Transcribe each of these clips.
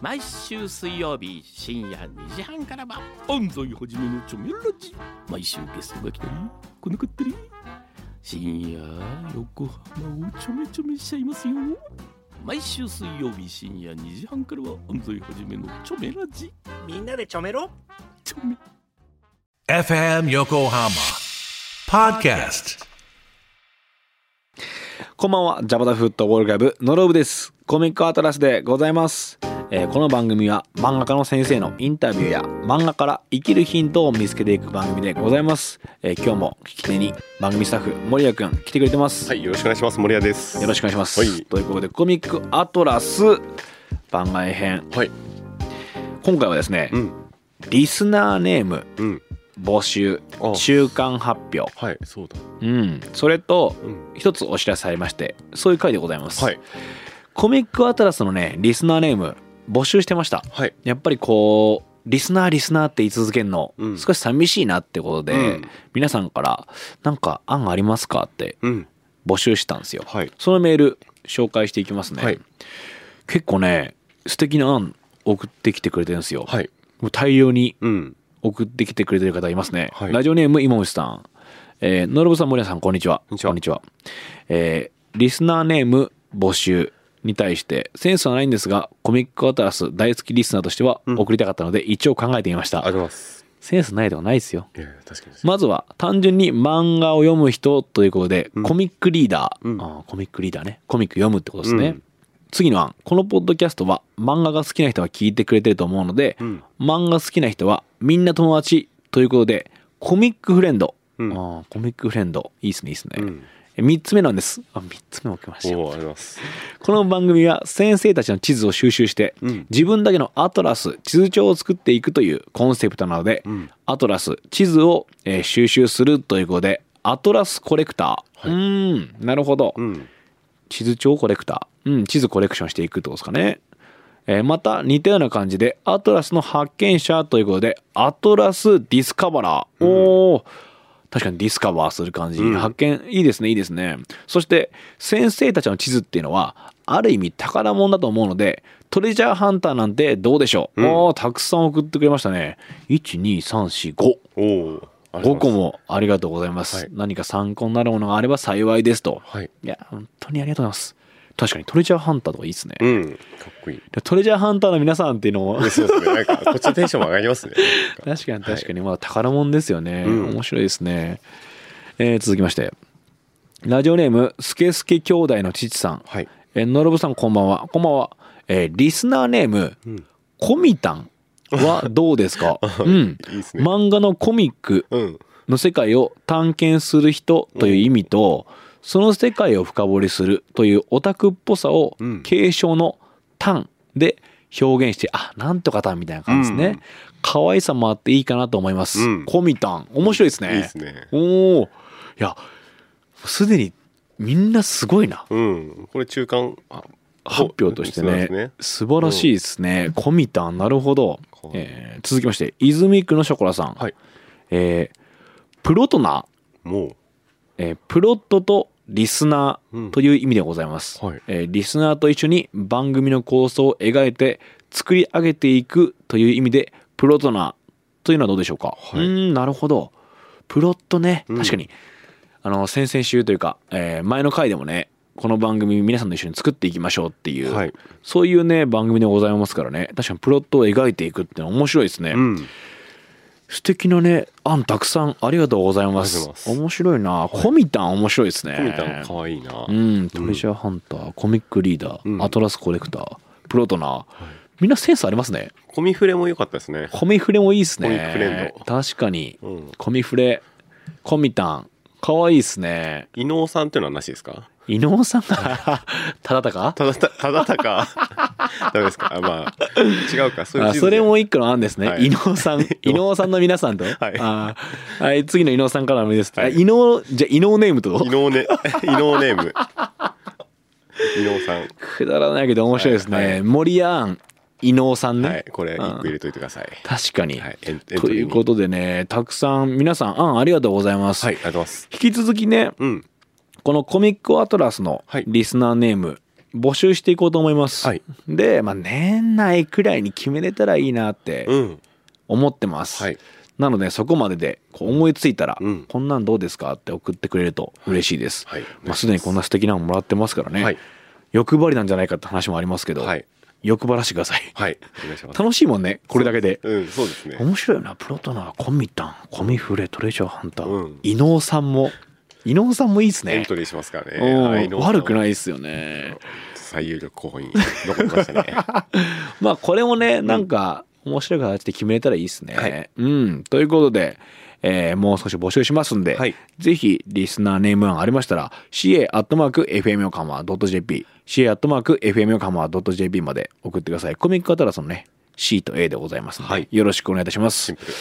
毎週水曜日深夜2時半からは安西はじめのチョメラジ毎週ゲストが来たり来なかったり深夜横浜をちょめちょめしちゃいますよ毎週水曜日深夜2時半からは安西はじめのチョメラジみんなでちょめろチョメ FM Yokohama Podcast. こんばんは、ジャパダフットボールクラブのロブです。コミックアトラスでございます。えーこの番組は漫画家の先生のインタビューや漫画から生きるヒントを見つけていく番組でございます。えー今日も聞き手に番組スタッフ森谷くん来てくれてます。はい、よろしくお願いします。森谷です。よろしくお願いします。はいということでコミックアトラス番外編。はい。今回はですね、うん。リスナーネームうん。募集あ中間発表、はい、そうだ。うん、それとうん。一つお知らせありまして、そういう回でございます。はい。コミックアトラスのねリスナーネーム募集してましたはい。やっぱりこうリスナーリスナーって言い続けるの、うん少し寂しいなってことで、うん皆さんからなんか案ありますかってうん。募集してたんですよ、はい。そのメール紹介していきますね、はい。結構ね素敵な案送ってきてくれてるんですよ、はい。もう大量にうん。送ってきてくれてる方いますね、はいラジオネーム今虫さん、えー、のろぶさん森谷さんこんにちはこんにちはえーリスナーネーム募集に対してセンスはないんですがコミックアトラス大好きリスナーとしてはうん送りたかったので一応考えてみました、ありがとうございます。センスないではないですよいやいや、確かに。まずは単純に漫画を読む人ということで、コミックリーダー、うんあーコミックリーダーねコミック読むってことですね、うん次の案このポッドキャストは漫画が好きな人は聞いてくれてると思うので、うん漫画好きな人はみんな友達ということでコミックフレンド、うんあーコミックフレンドいいっすねいいっすね、うんえ3つ目なんですあ3つ目も来ましたよおお、ありがとうございます。この番組は先生たちの地図を収集して、うん自分だけのアトラス地図帳を作っていくというコンセプトなので、んアトラス地図を、えー収集するということでアトラスコレクター、うーんなるほど、うん。地図帳コレクター、うん、地図コレクションしていくってことですかね、えーまた似たような感じでアトラスの発見者ということでアトラスディスカバラー、おお確かにディスカバーする感じ、うん発見いいですねいいですねそして先生たちの地図っていうのはある意味宝物だと思うのでトレジャーハンターなんてどうでしょう、うんおおたくさん送ってくれましたね12345おお。ありがとう5個ございます。もありがとうございます、はい何か参考になるものがあれば幸いですと、はい。いや、本当にありがとうございます。確かにトレジャーハンターとかいいですね。うん。かっこいい。トレジャーハンターの皆さんっていうのも、でそうですね。なんか、こっちのテンションも上がりますね。なん 確かに確かに、まだ宝物ですよね。うん面白いですね。えー続きまして、ラジオネーム、スケスケ兄弟の父さん。はい。えー、のろぶさん、こんばんは。こんばんは。えーリスナーネーム、んコミタンはどうですかうん。 いいですね。漫画のコミックうん。の世界を探検する人という意味と、その世界を深掘りするというオタクっぽさをうん継承の「単」で表現して、あなんとか単みたいな感じですね、うん可愛さもあっていいかなと思います、うんコミタン面白いですいいねですね。おおいやすでにみんなすごいなうん。これ中間、あ発表としてそうねですね素晴らしいですね、コミタンなるほどかわ、いいえー続きまして泉区のショコラさん、はいえープロトナーもえープロットとリスナうーんという意味でございます、はいえーリスナーと一緒に番組の構想を描いて作り上げていくという意味でプロトナーというのはどうでしょうか、いうーんなるほどプロットねうん、確かに、あの先々週というか、えー前の回でもねこの番組皆さんと一緒に作っていきましょうっていうう、はい。そういうね番組でございますからね確かにプロットを描いていくっていうのは面白いですね、うん。素敵なね案たくさんありがとうございまありすがとうございます面白いな、コミタン面白いですねコミタン、かわいいな。うん、トレジャーハンター、コミックリーダー、うんアトラスコレクター、プロトナー、みんなセンスありますね。コミフレも良かったですね。コミフレもいいですね。コミフレンド確かに、うんコミフレ、コミタン、かわいいですね。伊能さんっていうのはなしですか伊能さんが、ただたかただた、ただたか。 ダメですかあまあ、違うか。そういうあ地図でそれも一個の案ですね、はい伊能さ ん伊能さんの皆さんと、いあーはい次の伊能さんからのメールです、はあい伊能じゃあ伊能ネームと伊能ね、 伊能ネーム。伊能さん。くだらないけど面白いですね、はいは森谷庵伊能さんね、はい、これ一個入れといてください。確かに、はいエンエントリーにということでねたくさん皆さん案ありがとうございます、はい、ありがとうございます。引き続きねうん、このコミックアトラスのはいリスナーネーム募集していこうと思います、はいで、まあ、年内くらいに決めれたらいいなってうん。思ってます、はい。なのでそこまででこう思いついたら、うんこんなんどうですかって送ってくれると嬉しいです、はいまあ、すでにこんな素敵なのもらってますからね、はい欲張りなんじゃないかって話もありますけど、はい欲張らしてくださいはい。お願いします。楽しいもんねこれだけでうん、そうですね。面白いよなプロトナーコミタンコミフレトレジャーハンター、うん伊能さんも伊能さんもいいですエンねトリーしますからね。うんはい。悪くないいですよね最有力候補に残りましたね。まあこれもねなんか面白い形で決めれたらいいですね、うんということで、えーもう少し募集しますんで、はいぜひリスナーネーム案ありましたら ca.fmokama.jp ca.fmokama.jp まで送ってくださいコミックアトラスのね C と A でございますので、はいよろしくお願いいたしますシンプル。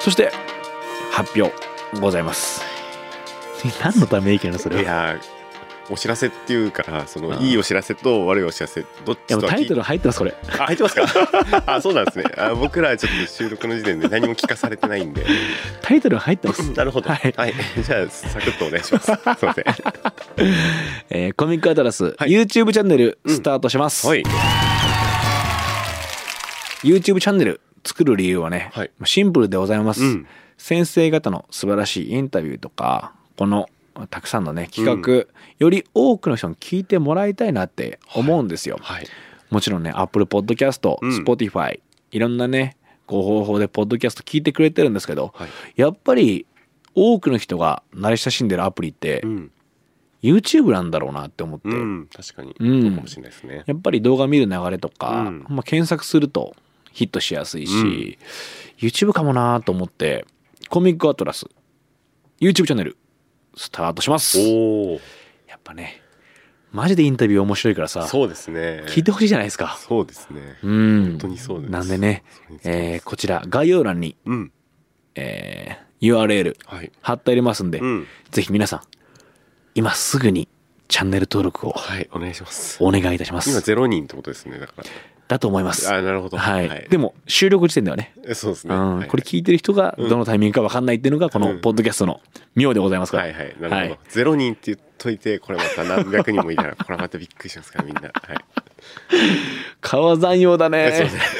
そして発表ございます。 何のため息なの それは。いいやーお知らせっていうからそのいいお知らせと悪いお知らせどっちやもとうはタ聞イいトル入ってますそれ。あ入ってますか あそうなんですねあ僕らちょっと収録の時点で何も聞かされてないんでタイトル入ってます。 なるほどははいい、じゃあサクッとお願いし ますすいませんはえーコミックアトラス、はい YouTube チャンネルスタートします。い YouTube チャンネル作る理由はね、はいまあシンプルでございます、うん先生方の素晴らしいインタビューとかこのたくさんのね企画、より多くの人に聞いてもらいたいなって思うんですよ、はいもちろんね Apple Podcast、うん Spotify いろんなねこう方法でポッドキャスト聞いてくれてるんですけど、はいやっぱり多くの人が慣れ親しんでるアプリって、うん、 YouTube なんだろうなって思って、うん、確かに、うんそうかもしれないですねやっぱり動画見る流れとか、うんまあ、検索するとヒットしやすいし、うん YouTube かもなと思ってコミックアトラス YouTube チャンネルスタートしますおおやっぱねマジでインタビュー面白いからさそうですね聞いてほしいじゃないですかそうですねうん本当にそうですなんでねそうです、えーこちら概要欄に、うんえー URL はい貼ってありますんで、うんぜひ皆さん今すぐにチャンネル登録をはいお願いしますお願いいたします今ゼロ人ってことですねだかだと思いますらあなるほどはい、でも収録時点ではね、えそうですうね、んはいこれ聞いてる人がうんどのタイミングか分かんないっていうのがこうのんポッドキャストの妙でございますから、はいはい、なるほど、はいゼロ人って言っといて、これまた何百人もいたら、これまたびっくりしますから、み んな。はい。川山用だえそうでねす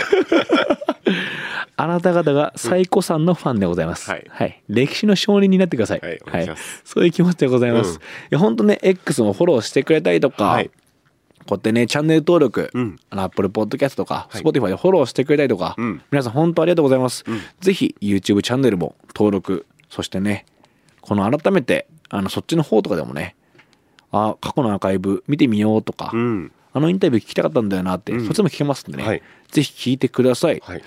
あなた方が最古さんのファンでございます、うんはい歴史の証人になってください、はいお願いしますそういう気持ちでございます、うんいや本当ね X もフォローしてくれたりとか、はいこうやってねチャンネル登録、うんあの Apple Podcast とかはい Spotify でフォローしてくれたりとか、うん皆さん本当ありがとうございます、んぜひ YouTube チャンネルも登録そしてねこの改めてあのそっちの方とかでもねあ過去のアーカイブ見てみようとか、うん。あのインタビュー聞きたかったんだよなって、うんそっちでも聞けますんでね、はいぜひ聞いてください、はい。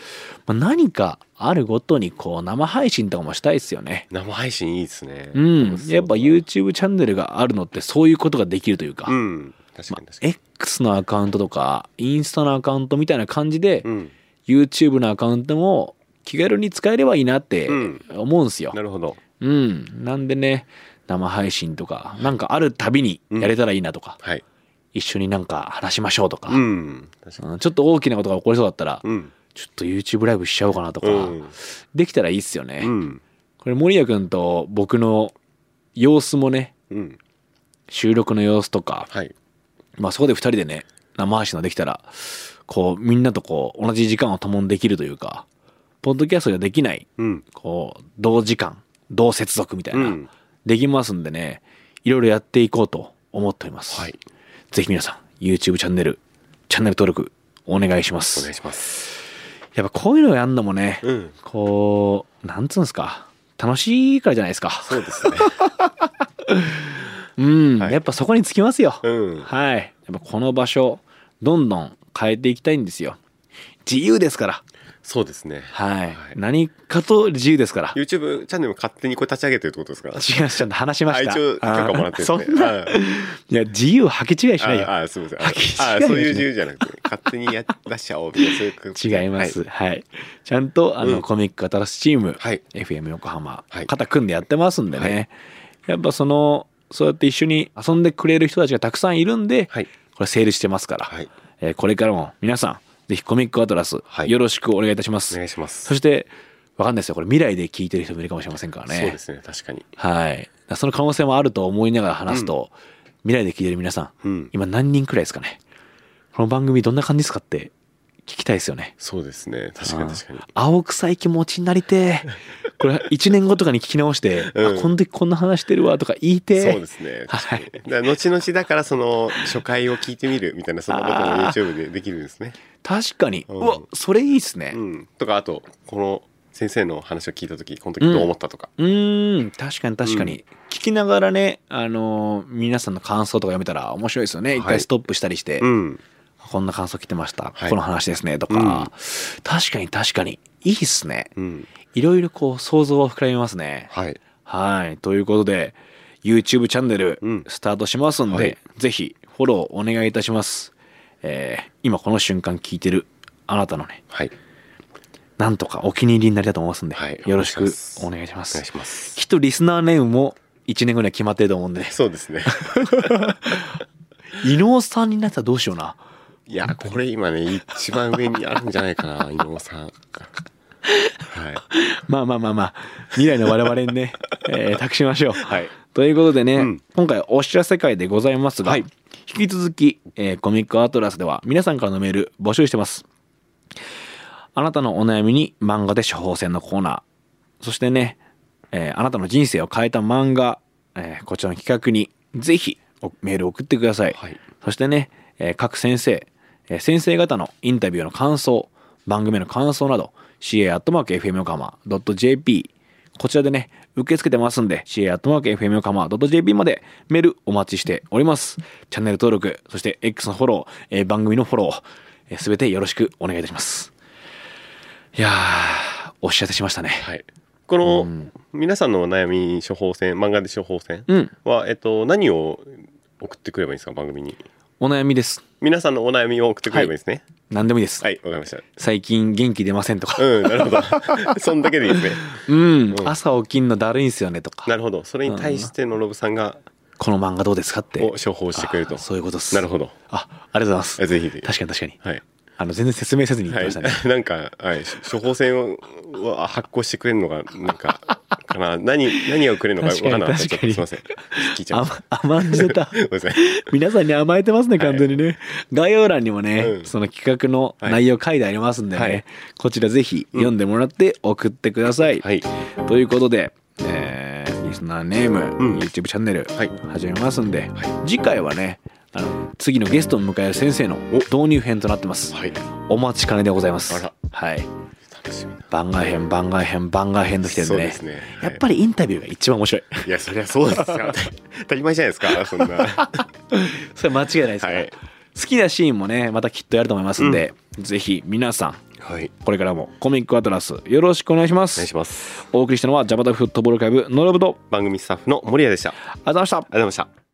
まあ何かあるごとにこう生配信とかもしたいですよね生配信いいですね。うんやっぱう。 YouTube チャンネルがあるのってそういうことができるというか、うん。確かに確かに。 X のアカウントとかインスタのアカウントみたいな感じで、うん。 YouTube のアカウントも気軽に使えればいいなってうん思うんすよ。なるほど。うん、なんでね生配信とかなんかあるたびにやれたらいいなとか、はい。一緒になんか話しましょうとか、うん。確かに。うんちょっと大きなことが起こりそうだったら、うん。ちょっと YouTube ライブしちゃおうかなとか、うん。できたらいいっすよね。うん。これ森谷くんと僕の様子もねうん。収録の様子とか、はい。まあ、そこで2人でね生配信ができたらこうみんなとこう同じ時間を共にできるというかポッドキャストができないうん。こう同時間同接続みたいな、うんできますんでねいろいろやっていこうと思っております、はい。ぜひ皆さん YouTube チャンネルチャンネル登録お願いしまお願すいします。やっぱこういうのやんのもね、うん。こうなんつうんですか楽しいからじゃないですかそうですね。うん、はいやっぱそこにつきますよ、うんはいやっぱこの場所どんどん変えていきたいんですよ自由ですからそうですね。はい、はい何かと自由ですから YouTube チャンネルも勝手にこれ立ち上げてるってことですか違うちゃんと話しまあした一応許可もらってるあーそんなあいや自由はけ違いしないよああすみません。あ気あ違いあですねそういう自由じゃなくて勝手にやっ出しちゃおうみたいなそういうこと違います。はい、ちゃんとあの、うんコミック新しいチーム、はい FM 横浜、はい肩組んでやってますんでね、やっぱそのそうやって一緒に遊んでくれる人たちがたくさんいるんで、はいこれ成立してますから、はいえーこれからも皆さんぜひコミックアトラス、はいよろしくお願いいたしまおす願いします。そしてわかんないですよこれ未来で聞いてる人もいるかもしれませんからねそうですね、確かに。はいだからその可能性もあると思いながら話すと、未来で聞いてる皆さんうん。今何人くらいですかねこの番組どんな感じですかって聞きたいですよねそうですね、確かに確かに。青臭い気持ちになり てえこれ1年後とかに聞き直して「うんあこの時こんな話してるわ」とか言いてえそうですね。確かにだから後々だからその初回を聞いてみるみたいなそんなこともあー YouTube でできるんですね。確かに、ううんわそれいいっすねうん。とかあとこの先生の話を聞いた時この時どう思ったとか。うーん確かに確かに、聞きながらね、あのー皆さんの感想とか読めたら面白いですよねい一回ストップしたりして、うん。こんな感想来てました、はいこの話ですねとか、うん確かに確かにいいっすねうん。いろいろこう想像を膨らみますねはい。はいということで YouTube チャンネルうんスタートしますんで、はいぜひフォローお願いいたしますえー今この瞬間聞いてるあなたのねはい。なんとかお気に入りになりたと思いますんで、はいよろしくおお願いしまお願すいします。きっとリスナーネームも1年後には決まってると思うんで、ね、 そうですね。伊能さんになったらどうしような。いやこれ今ね一番上にあるんじゃないか な伊野さん。はい。まあまあまあまあ、未来の我々に ね、えー託しましょう。はいということでね、うん今回お知らせ会でございますが、はい引き続き、えーコミックアトラスでは皆さんからのメール募集してます。あなたのお悩みに漫画で処方箋のコーナー、そしてね、えーあなたの人生を変えた漫画、えーこちらの企画にぜひおメールを送ってください。はいそしてね、えー各先生、えー先生方のインタビューの感想、番組の感想など、ca.fmokama.jp、こちらでね、受け付けてますんで、ca.fmokama.jp までメールお待ちしております。チャンネル登録、そして X のフォロー、えー番組のフォロー、えーすべてよろしくお願いいたします。いやー、お知らせしましたね。はい。この、皆さんのお悩み処方箋漫画で処方箋うん、は、えっと何を送ってくればいいんですか番組に。お悩みです。皆さんのお悩みを送ってくればいいですね。何でもいいです。はい、わ、かりました。最近元気出ませんとか、うん、なるほど。 そんだけでいいですね。うん、朝起きんのだるいんすよねとかな、るほど。それに対してのロブさんが、この漫画どうですかってを処方してくれるとあ。そういうことですなるほど。あありがとうございますえぜひぜひ確かに確かにはい。あの全然説明せずに言っはてまいしたね、。なんか、はい、処方箋をは発行してくれるのが、なんか、かな。何、何をくれるのかわからなかった。確ちょっかにとすいません。聞いちゃいまし 甘甘んじてたた。 ごめんなさい。 皆さんに甘えてますね完全にね、概要欄にもね、うんその企画の内容書いてありますんでね、はいこちらぜひ読んでもらって送ってください、はい。ということで、えー、リスナーネーム、うん YouTube チャンネルはい始めますんで、次回はねあの次のゲストを迎える先生の導入編となってます、はい。お待ちかねでございますあらはい楽しみな。番外編番外編番外編ときてるんでそうねですね。やっぱりインタビューが一番面白いり。いや、そりゃそうですよ。当たり前じゃないですか。そんな。はそれ間違いないですから、はい好きなシーンもねまたきっとやると思いますんで、ぜひ皆さんい。これからもコミックアトラスよろしくお願いしまおす願いします。お送りしたのはジャパタフットボールクラブノロブと番組スタッフの森谷でした。ありがとありがとうございましたうございました。